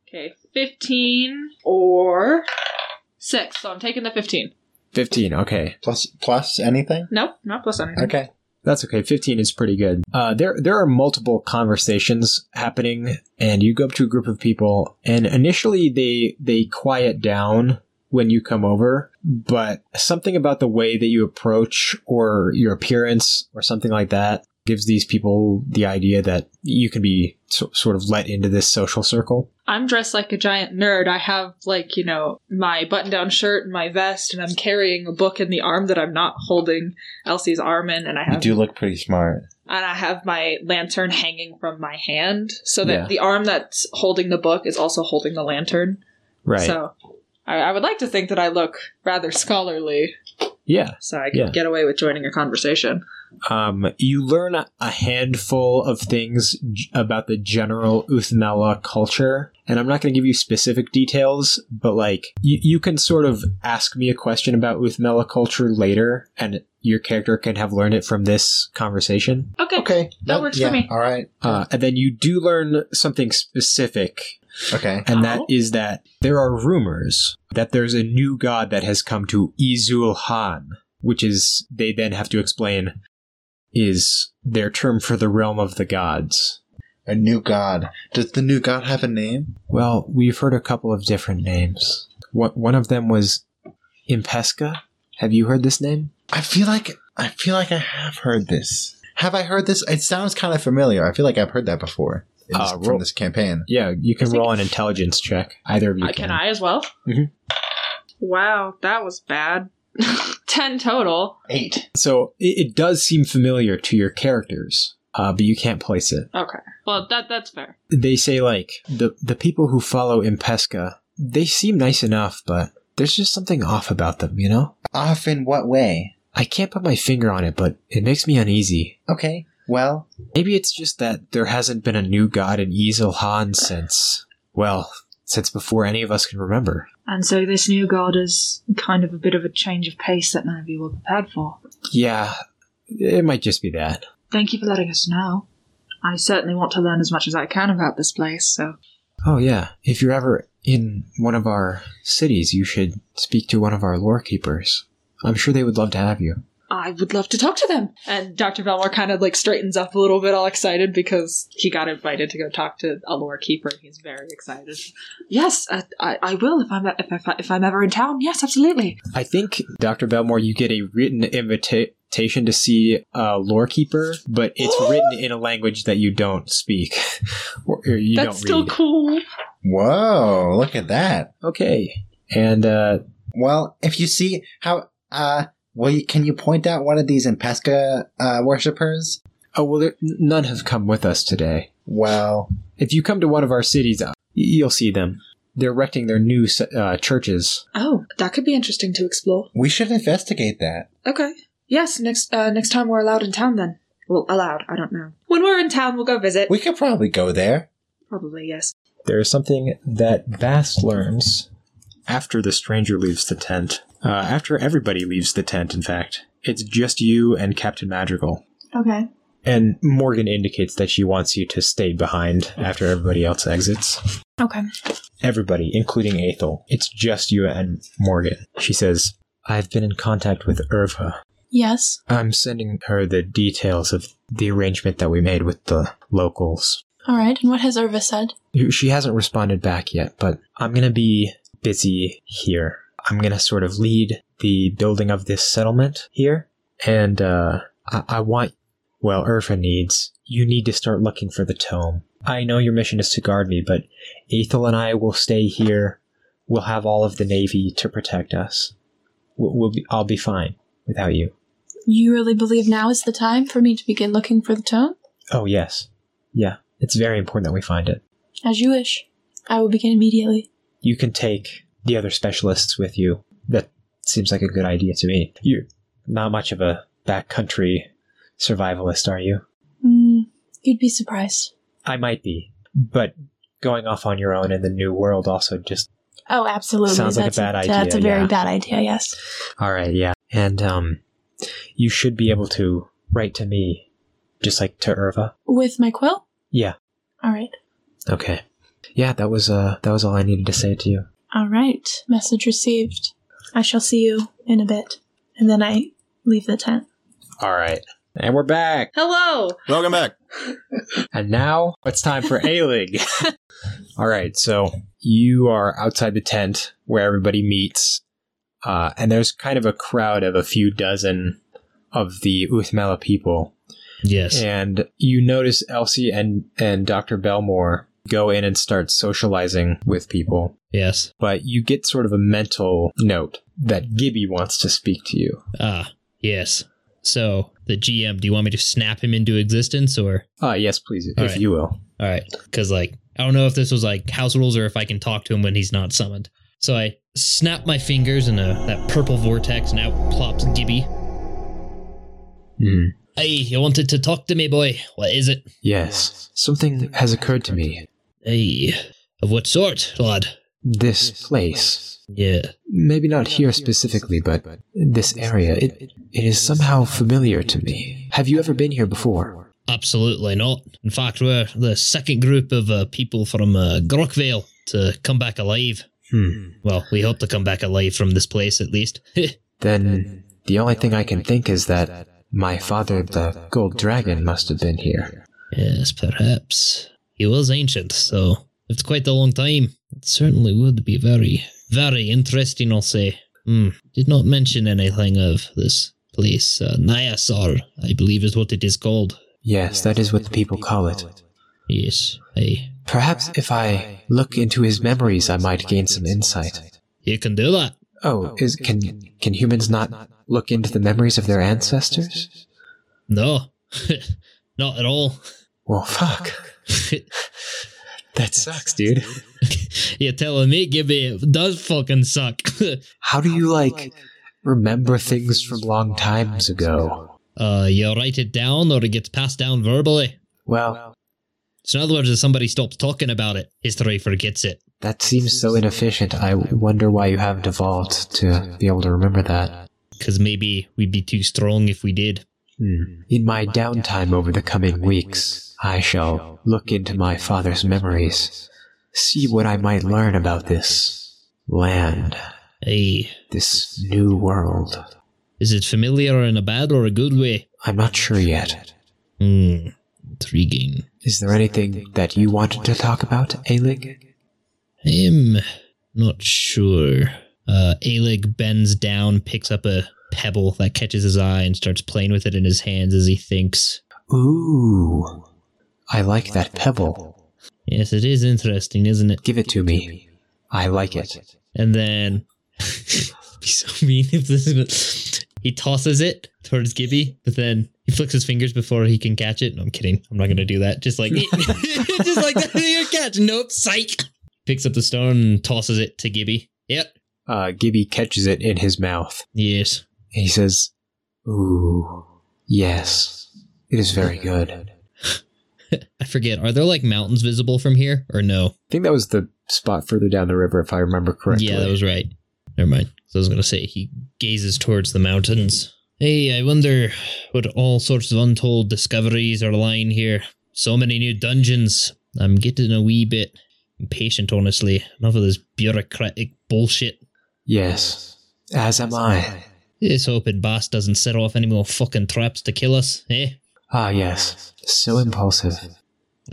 Okay, fifteen or six. So I'm taking the fifteen.
15. Okay.
Plus plus anything?
No, not plus anything.
Okay.
That's okay. Fifteen is pretty good. Uh, there, there are multiple conversations happening, and you go up to a group of people, and initially they they quiet down when you come over, but something about the way that you approach or your appearance or something like that gives these people the idea that you can be so, sort of let into this social circle.
I'm dressed like a giant nerd. I have like you know my button-down shirt and my vest, and I'm carrying a book in the arm that I'm not holding Elsie's arm in, and I
You
have
do look pretty smart.
and I have my lantern hanging from my hand, so that
Yeah.
the arm that's holding the book is also holding the lantern. So I, I would like to think that I look rather scholarly,
yeah.
so I can
Yeah.
get away with joining a conversation.
Um, you learn a handful of things g- about the general Uthnala culture, and I'm not going to give you specific details, but like you, you can sort of ask me a question about Uthnala culture later, and your character can have learned it from this conversation.
Okay.
Okay.
That works for
yeah,
me.
All right.
Uh, and then you do learn something specific,
Okay.
and that
Oh.
is that there are rumors that there's a new god that has come to Izul Han, which is they then have to explain is their term for the realm of the gods.
A new god. Does the new god have a name?
Well, we've heard a couple of different names. One one of them was Impesca. Have you heard this name?
I feel like I feel like I have heard this. Have I heard this? It sounds kind of familiar. I feel like I've heard that before in this-
Uh, roll-
from this campaign.
Yeah, you can
I think-
roll an intelligence check. Either of you
Uh,
can.
can I as well?
Mhm.
Wow, that was bad. Ten total.
Eight.
So it, it does seem familiar to your characters, uh, but you can't place it.
Okay. Well, that that's fair.
they say like the the people who follow E Impesca, they seem nice enough, but there's just something off about them, you know?
Off in what way?
I can't put my finger on it, but it makes me uneasy.
Okay. Well,
Maybe it's just that there hasn't been a new god in Ezel Han since well, since before any of us can remember.
And so this new god is kind of a bit of a change of pace that none of you were prepared for.
Yeah, it might just be that.
Thank you for letting us know. I certainly want to learn as much as I can about this place, so
Oh yeah, if you're ever in one of our cities, you should speak to one of our lore keepers. I'm sure they would love to have you.
I would love to talk to them. And Dr. Belmore kind of like straightens up a little bit, all excited because he got invited to go talk to a lore keeper, and he's very excited.
yes, I, I, I will if I'm if, I, if I'm ever in town. Yes, absolutely.
I think, Dr. Belmore, you get a written invitation to see a lore keeper, but it's written in a language that you don't speak or, or you
that's
don't
still
read.
cool.
whoa! Look at that.
Okay. And uh,
Well, if you see how, uh, well, you, can you point out one of these in Pesca uh, worshippers?
Oh, well, there, none have come with us today.
Well,
If you come to one of our cities, uh, y- you'll see them. They're erecting their new s- uh, churches.
Oh, that could be interesting to explore.
we should investigate that.
Okay. Yes, next uh, next time we're allowed in town then. Well, allowed, I don't know. When we're in town, we'll go visit.
We could probably go there.
Probably, yes.
There is something that Bass learns after the stranger leaves the tent. Uh, after everybody leaves the tent, in fact. It's just you and Captain Madrigal.
Okay.
And Morgan indicates that she wants you to stay behind after everybody else exits.
Okay.
everybody, including Athel. It's just you and Morgan. She says, I've been in contact with Irva.
Yes.
I'm sending her the details of the arrangement that we made with the locals.
All right. And what has Irva said?
She hasn't responded back yet, but I'm going to be busy here. I'm going to sort of lead the building of this settlement here, and uh, I-, I want, well, Irva needs, you need to start looking for the tome. I know your mission is to guard me, but Ethel and I will stay here. We'll have all of the Navy to protect us. We'll, we'll be, I'll be fine without you.
You really believe now is the time for me to begin looking for the tome?
Oh, yes. Yeah, it's very important that we find it.
As you wish. I will begin immediately.
you can take the other specialists with you. That seems like a good idea to me. You're not much of a backcountry survivalist, are you?
Mm, you'd be surprised.
I might be, but going off on your own in the new world also just
Oh, absolutely.
Sounds like a
that's
bad idea,
That's a very
yeah.
bad idea. Yes.
all right, yeah. And um, you should be able to write to me, just like to Irva.
With my quill.
Yeah.
All right.
Okay. Yeah, that was uh, that was all I needed to say to you.
All right. Message received. I shall see you in a bit, and then I leave the tent.
All right. And we're back.
Hello.
Welcome back.
And now it's time for A League. All right, so you are outside the tent where everybody meets, uh, and there's kind of a crowd of a few dozen of the Uthmela people.
Yes.
And you notice Elsie and, and Dr. Belmore go in and start socializing with people,
Yes.
but you get sort of a mental note that Gibby wants to speak to you.
Ah, yes. So, the GM, do you want me to snap him into existence or?
Uh, yes, please,
All
if
right.
you will.
All right. Because, like, I don't know if this was like house rules or if I can talk to him when he's not summoned. So I snap my fingers in a, that purple vortex and out plops Gibby.
Hmm.
Hey, you wanted to talk to me, boy. What is it?
Yes, something has occurred to me.
Hey, of what sort, lad?
This place.
Yeah.
maybe not here specifically, but this area, it, it is somehow familiar to me. Have you ever been here before?
Absolutely not. In fact, we're the second group of uh, people from uh, Grockvale to come back alive.
Hmm.
Well, we hope to come back alive from this place at least.
Then the only thing I can think is that my father, the gold dragon, must have been here.
Yes, perhaps. He was ancient, so it's quite a long time. It certainly would be very, very interesting, I'll say. Hmm. Did not mention anything of this place. Uh, Nyasar, I believe is what it is called.
Yes, that is what the people call it.
Yes, I.
Perhaps if I look into his memories, I might gain some insight.
You can do that.
Oh, is, can can humans not look into the memories of their ancestors?
No, not at all.
Well, fuck. That sucks, dude.
You're telling me, Gibby, it does fucking suck.
How do you like remember things from long times ago?
uh, you write it down or it gets passed down verbally.
Well,
So, in other words, if somebody stops talking about it, history forgets it.
that seems so inefficient. I wonder why you haven't evolved to be able to remember that.
Because maybe we'd be too strong if we did.
Hmm. In my downtime over the coming weeks, I shall look into my father's memories, see what I might learn about this land,
Hey,
this new world.
is it familiar in a bad or a good way?
I'm not sure yet.
Hmm, intriguing.
Is there anything that you wanted to talk about, Ailig?
I'm not sure. Uh, Alig bends down, picks up a pebble that catches his eye, and starts playing with it in his hands as he thinks.
Ooh, I like that pebble.
Yes, it is interesting, isn't it?
Give it to me. I like it.
And then be so mean if this was. He tosses it towards Gibby, but then he flicks his fingers before he can catch it. No, I'm kidding. I'm not gonna do that. Just like, just like that. Your catch. Nope. Psych. Picks up the stone and tosses it to Gibby. Yep.
Uh, Gibby catches it in his mouth.
Yes.
And he says, Ooh, yes, it is very good. I
I forget. Are there like mountains visible from here or no?
think that was the spot further down the river, if I remember correctly.
Yeah, that was right. Never mind. So I was going to say he gazes towards the mountains. Hey, I wonder what all sorts of untold discoveries are lying here. So many new dungeons. I'm getting a wee bit impatient, honestly. Enough of this bureaucratic bullshit.
Yes, as am I.
Just hoping Bass doesn't set off any more fucking traps to kill us, eh?
Ah, yes, so impulsive.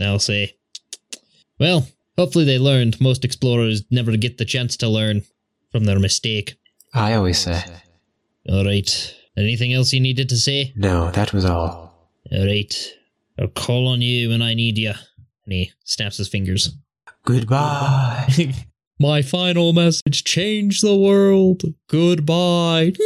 I'll say. Well, hopefully they learned. Most explorers never get the chance to learn from their mistake.
I always say.
All right. Anything else you needed to say?
No, that was all.
All right. I'll call on you when I need you. And he snaps his fingers.
Goodbye.
My final message change the world. Goodbye.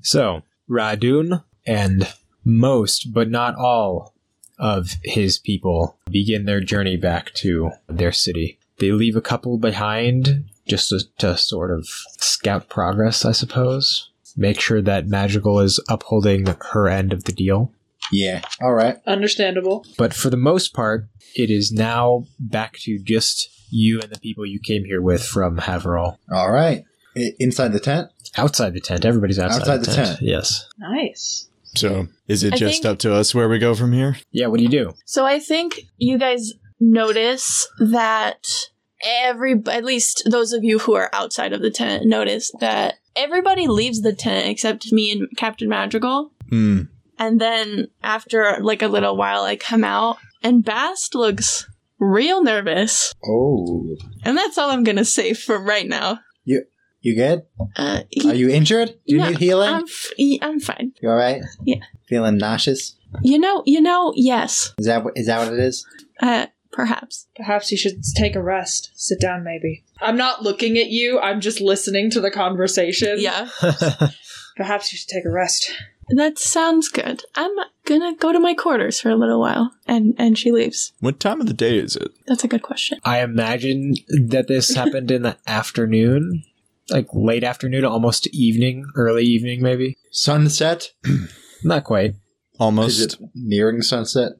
So, Radun and most, but not all, of his people begin their journey back to their city. They leave a couple behind just to, to sort of scout progress, I suppose. Make sure that Magical is upholding her end of the deal.
Yeah. All right.
Understandable.
But for the most part, it is now back to just you and the people you came here with from Haverall.
All right. I- inside the tent?
Outside the tent. Everybody's outside,
Outside
the,
the
tent.
tent.
Yes.
Nice.
So is it
I
just
think-
up to us where we go from here?
Yeah, what do you do?
So I think you guys notice that every, at least those of you who are outside of the tent, notice that everybody leaves the tent except me and Captain Madrigal.
Hmm.
And then after like a little while, I come out and Bast looks real nervous.
Oh.
And that's all I'm gonna say for right now.
You good?
Uh,
Are you injured? Do you
No,
need healing?
I'm, f- I'm fine.
you all right?
Yeah.
Feeling nauseous?
You know, you know, yes.
Is that what, is that what it is?
Uh, perhaps.
Perhaps you should take a rest. Sit down, maybe.
I'm not looking at you. I'm just listening to the conversation.
Yeah.
Perhaps you should take a rest.
That sounds good. I'm gonna go to my quarters for a little while. And and she leaves.
What time of the day is it?
That's a good question.
I imagine that this happened in the afternoon, like late afternoon, almost evening, early evening, maybe.
Sunset?
Not quite.
Is
Almost.
it nearing sunset?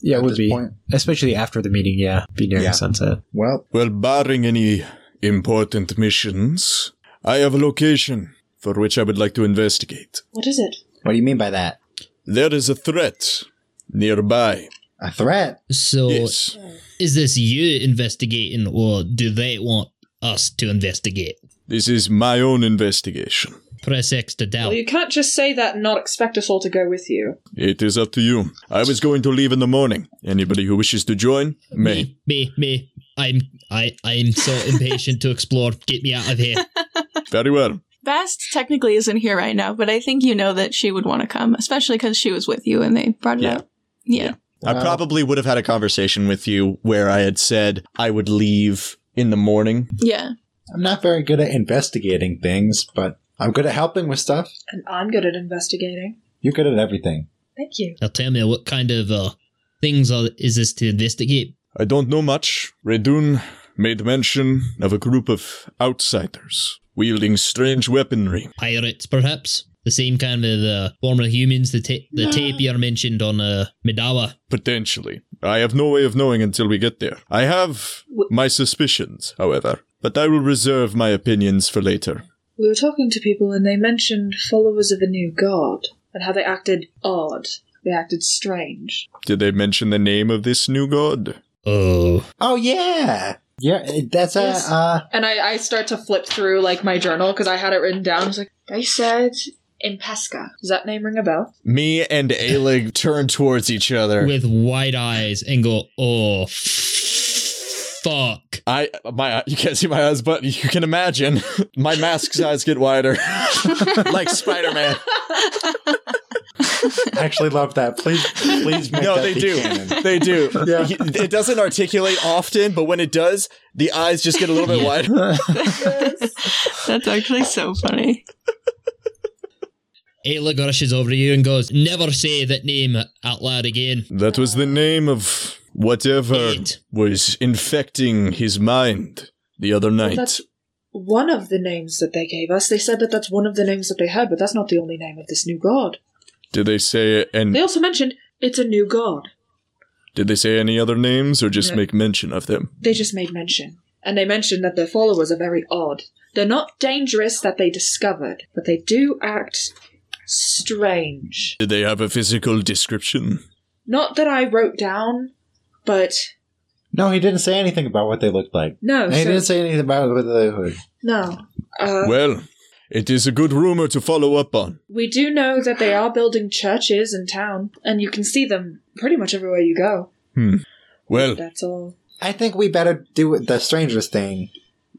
Yeah,
at
it would
this
be,
Point?
especially after the meeting. Yeah, be nearing
Yeah.
sunset.
Well,
Well, barring any important missions, I have a location for which I would like to investigate.
What is it?
what do you mean by that?
There is a threat nearby.
A threat?
So,
yes.
is this you investigating, or do they want us to investigate?
This is my own investigation.
Press X to doubt.
Well, you can't just say that and not expect us all to go with you.
It is up to you. I was going to leave in the morning. Anybody who wishes to join may.
me, me, me. I'm, I, I'm so impatient to explore. Get me out of here.
Very well.
Bast technically isn't here right now, but I think you know that she would want to come, especially because she was with you and they brought it
Yeah.
up. Yeah.
I
Well-
probably would have had a conversation with you where I had said I would leave in the morning.
Yeah.
I'm not very good at investigating things, but I'm good at helping with stuff.
And I'm good at investigating.
You're good at everything.
Thank you.
Now tell me, what kind of uh, things are, is this to investigate?
I don't know much. Redun made mention of a group of outsiders wielding strange weaponry.
Pirates, perhaps? The same kind of uh, former humans, the, ta- the tapir mentioned on uh, Midawa.
Potentially. I have no way of knowing until we get there. I have my suspicions, however, but I will reserve my opinions for later.
We were talking to people and they mentioned followers of a new god and how they acted odd. They acted strange.
Did they mention the name of this new god?
Oh,
Oh, yeah. Yeah, that's a.
Yes.
Uh,
And I, I start to flip through like my journal because I had it written down. I was like, they said in Pesca. Does that name ring a bell?
Me and Aelig turn towards each other.
with wide eyes and go, oh, fuck.
I my you can't see my eyes, but you can imagine my mask's eyes get wider, like Spider Man.
actually love that. Please, please make
No,
that
they
be
do.
canon.
They do.
Yeah.
He- It doesn't articulate often, but when it does, the eyes just get a little bit
Yeah.
wider.
That's actually so funny.
Ayla rushes over to you and goes, Never say that name out loud again.
That was the name of whatever
It.
was infecting his mind the other night.
That's one of the names that they gave us. They said that that's one of the names that they had, but that's not the only name of this new god.
Did they say and
They also mentioned it's a new god.
did they say any other names or just
No.
make mention of them?
They just made mention. And they mentioned that their followers are very odd. They're not dangerous that they discovered, but they do act strange.
Did they have a physical description?
Not that I wrote down, but
No, he didn't say anything about what they looked like.
Oh,
no.
he
so-
didn't say anything about what they looked like.
no. Uh,
Well, it is a good rumor to follow up on.
we do know that they are building churches in town, and you can see them pretty much everywhere you go.
Well,
That's all.
I think we better do the strangers thing.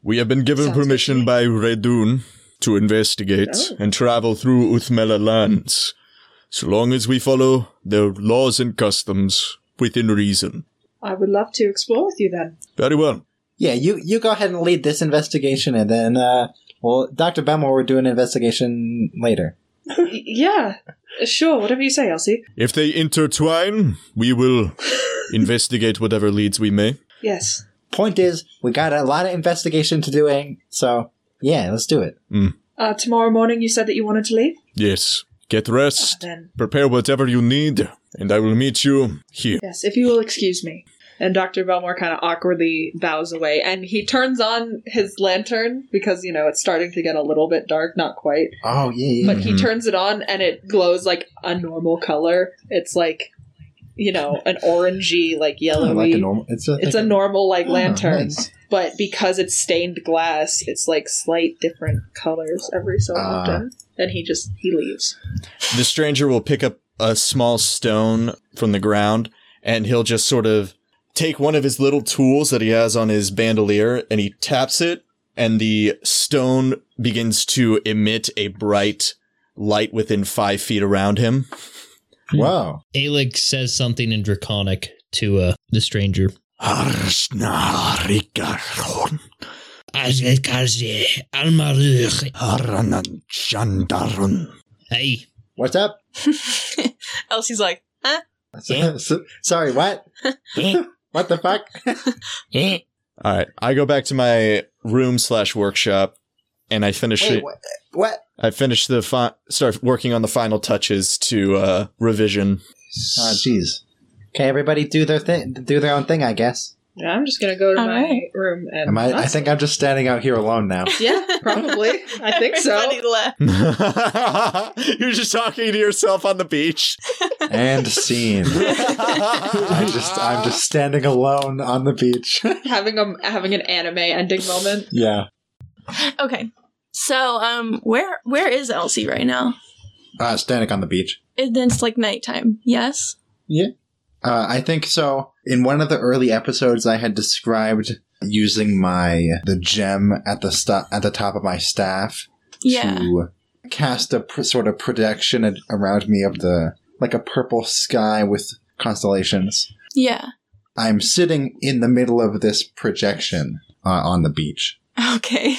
we have been given
Sounds good to
permission
me.
by Redun to investigate
Oh.
and travel through Uthmela lands, so long as we follow their laws and customs within reason.
I would love to explore with you then.
Very well.
Yeah, you you go ahead and lead this investigation, and then uh, well, Doctor Bemel will do an investigation later.
Y- yeah, sure. Whatever you say, Elsie.
If they intertwine, we will investigate whatever leads we may.
Yes.
Point is, we got a lot of investigation to doing, so yeah, let's do it.
Uh, tomorrow morning, you said that you wanted to leave.
Yes. Get
Ah,
rest.
then
Prepare whatever you need, and I will meet you here.
yes, if you will excuse me.
And Dr. Belmore kind of awkwardly bows away and he turns on his lantern because, you know, it's starting to get a little bit dark, not quite.
Oh yeah, yeah.
But he
Mhm.
turns it on and it glows like a normal color. It's like, you know, an orangey, like
Oh,
yellowy.
like a normal. It's a,
it's a normal like
Oh,
lantern,
nice.
but because it's stained glass, it's like slight different colors every so
Ah.
often. And he just he leaves.
The stranger will pick up a small stone from the ground and he'll just sort of take one of his little tools that he has on his bandolier and he taps it and the stone begins to emit a bright light within five feet around him.
Wow.
Alec says something in Draconic to uh, the stranger. Hey,
What's up?
Elsie's like, huh?
Sorry, what? what the fuck?
All right, I go back to my room slash workshop and I finish
Wait,
it.
what? what?
I finish the fi- start working on the final touches to uh, revision.
Oh, jeez. Okay, everybody do their thing. Do their own thing, I guess.
Yeah, I'm just gonna go to
All
my
right.
room and
Am I? I think I'm just standing out here alone now.
yeah, probably. I think so.
Everybody left.
You're just talking to yourself on the beach.
and scene. I'm just. I'm just standing alone on the beach.
having a having an anime ending moment.
yeah.
Okay. So, um, where where is Elsie right now?
Uh, standing on the beach.
And then it's like nighttime. Yes.
Uh, I think so. In one of the early episodes, I had described using my the gem at the sto- at the top of my staff
Yeah.
to cast a pr- sort of protection a- around me of the like a purple sky with constellations.
Yeah.
I'm sitting in the middle of this projection uh, on the beach.
Okay.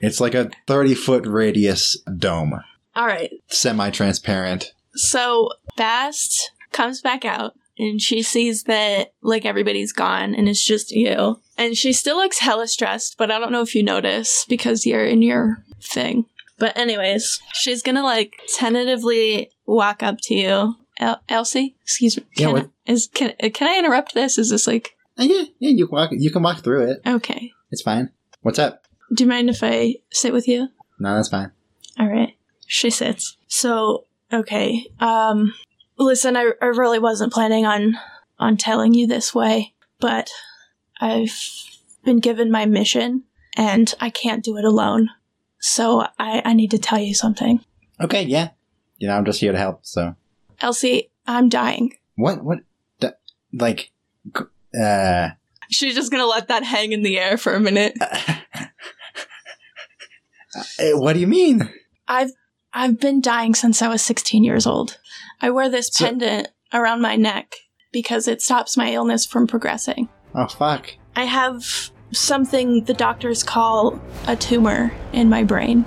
It's like a 30 foot radius dome,
All right.
semi transparent.
So Bast comes back out and she sees that like everybody's gone and it's just you. And she still looks hella stressed, but I don't know if you notice because you're in your thing. But anyways, she's gonna like tentatively walk up to you. El- Elsie, excuse me.
Yeah,
Can,
what?
is can can I interrupt this? Is this like
Uh, yeah, yeah, you walk, you can walk through it.
okay?
It's fine. What's up?
Do you mind if I sit with you?
No, that's fine.
All right. She sits. So, okay. Um listen, I, I really wasn't planning on on telling you this way, but I've been given my mission and I can't do it alone. So, I I need to tell you something.
Okay, yeah. You know, I'm just here to help. So,
Elsie, I'm dying.
what? What? The, like, g- uh,
She's just going to let that hang in the air for a minute.
eh, uh, what do you mean?
I've I've been dying since I was 16 years old. I wear this
So-
pendant around my neck because it stops my illness from progressing.
Oh, fuck.
I have something the doctors call a tumor in my brain.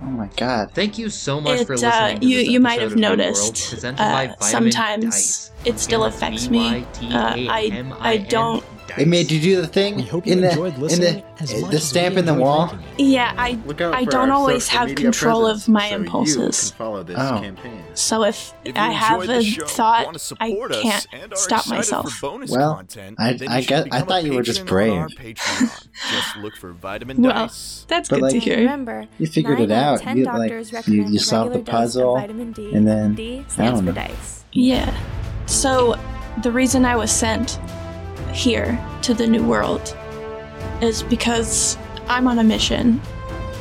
Oh my god.
Thank you so much
It,
for
uh,
listening. to
you-
this
you might
episode
have
of New World,
noticed,
presented by
uh,
Vitamin
sometimes
Dice.
it still
That's
affects me. Uh, I- I don't-
D-Y-T-A-M-I-N
It made you do the thing
We hope you
in the
enjoyed listening
in
as
the,
much
the
as
stamp
we
in the
enjoyed
wall.
making it.
Yeah, I
Look out
I
for
don't
our
always
social
have
media
control
presence,
of my
so you
impulses.
can follow this
Oh.
campaign.
so if,
If you
I have
enjoyed the
a
show,
thought,
wanna
I
support us,
can't
and are
stop
excited
myself.
for bonus
Well,
content,
I-
then
I
you should
get- I
become a
thought you were just
patron on our
brave.
Patreon. just look for Vitamin
Well,
Dice.
But good to like-
And Remember,
You figured it
nine out. of
out.
Ten
You like
doctors
you,
recommend
you
a
solved the
regular dose of
puzzle.
vitamin D,
and then-
D
I
stands
don't
for
know.
dice.
Yeah. So, the reason I was sent here to the New World is because I'm on a mission,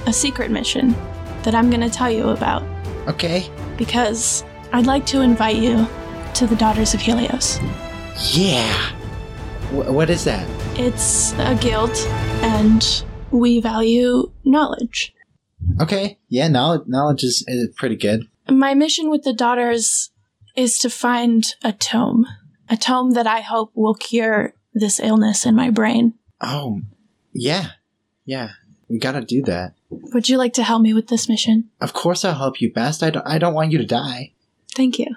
a secret mission that I'm going to tell you about
Okay.
because I'd like to invite you to the Daughters of Helios.
Yeah. Wh- what is that?
It's a guild, and we value knowledge.
Okay. Yeah. Knowledge knowledge is, is pretty good.
My mission with the Daughters is to find a tome, a tome that I hope will cure this illness in my brain.
Oh, yeah, yeah. We gotta do that.
Would you like to help me with this mission?
Of course, I'll help you, Bast. I don't, I don't want you to die.
Thank you.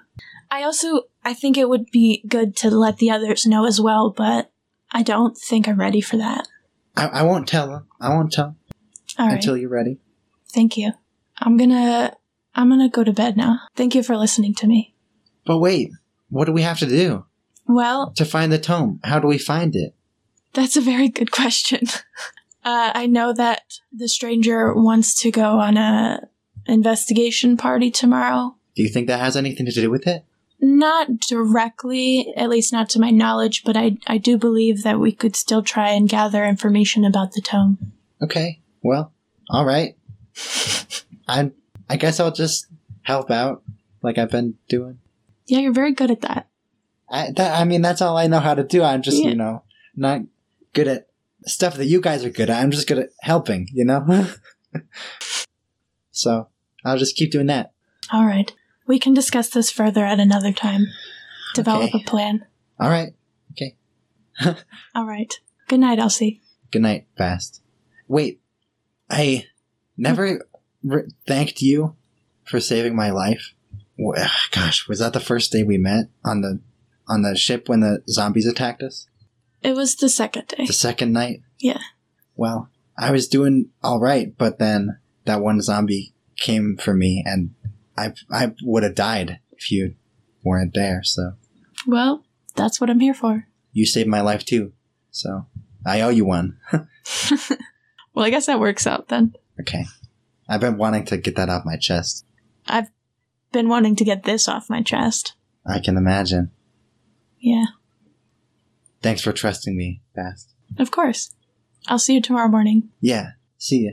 I also I think it would be good to let the others know as well, but I don't think I'm ready for that.
I, I won't tell him. I won't tell him
All right.
until you're ready.
Thank you. I'm going to I'm going to go to bed now. Thank you for listening to me.
But wait, what do we have to do
Well,
to find the tome? How do we find it?
that's a very good question. Uh, I know that the stranger wants to go on a investigation party tomorrow.
Do you think that has anything to do with it?
Not directly, at least not to my knowledge, but I I do believe that we could still try and gather information about the tome.
Okay. Well, all right. I, I guess I'll just help out like I've been doing.
Yeah, you're very good at that.
I, that, I mean, that's all I know how to do. I'm just,
Yeah.
you know, not good at stuff that you guys are good at. I'm just good at helping, you know? so I'll just keep doing that.
All right. We can discuss this further at another time. Develop
Okay.
a plan.
All right.
All right. Good night, Elsie.
Good night, Fast. Wait, I never re- thanked you for saving my life. Wh- ah, Gosh, was that the first day we met on the on the ship when the zombies attacked us?
It was the second day.
The second night?
Yeah.
Well, I was doing all right, but then that one zombie came for me, and I I would have died if you weren't there. So
Well, that's what I'm here for.
you saved my life too. So I owe you one.
well, I guess that works out then.
Okay. I've been wanting to get that off my chest.
I've been wanting to get this off my chest.
I can imagine.
Yeah,
Thanks for trusting me, Bast.
of course. I'll see you tomorrow morning.
Yeah. See ya.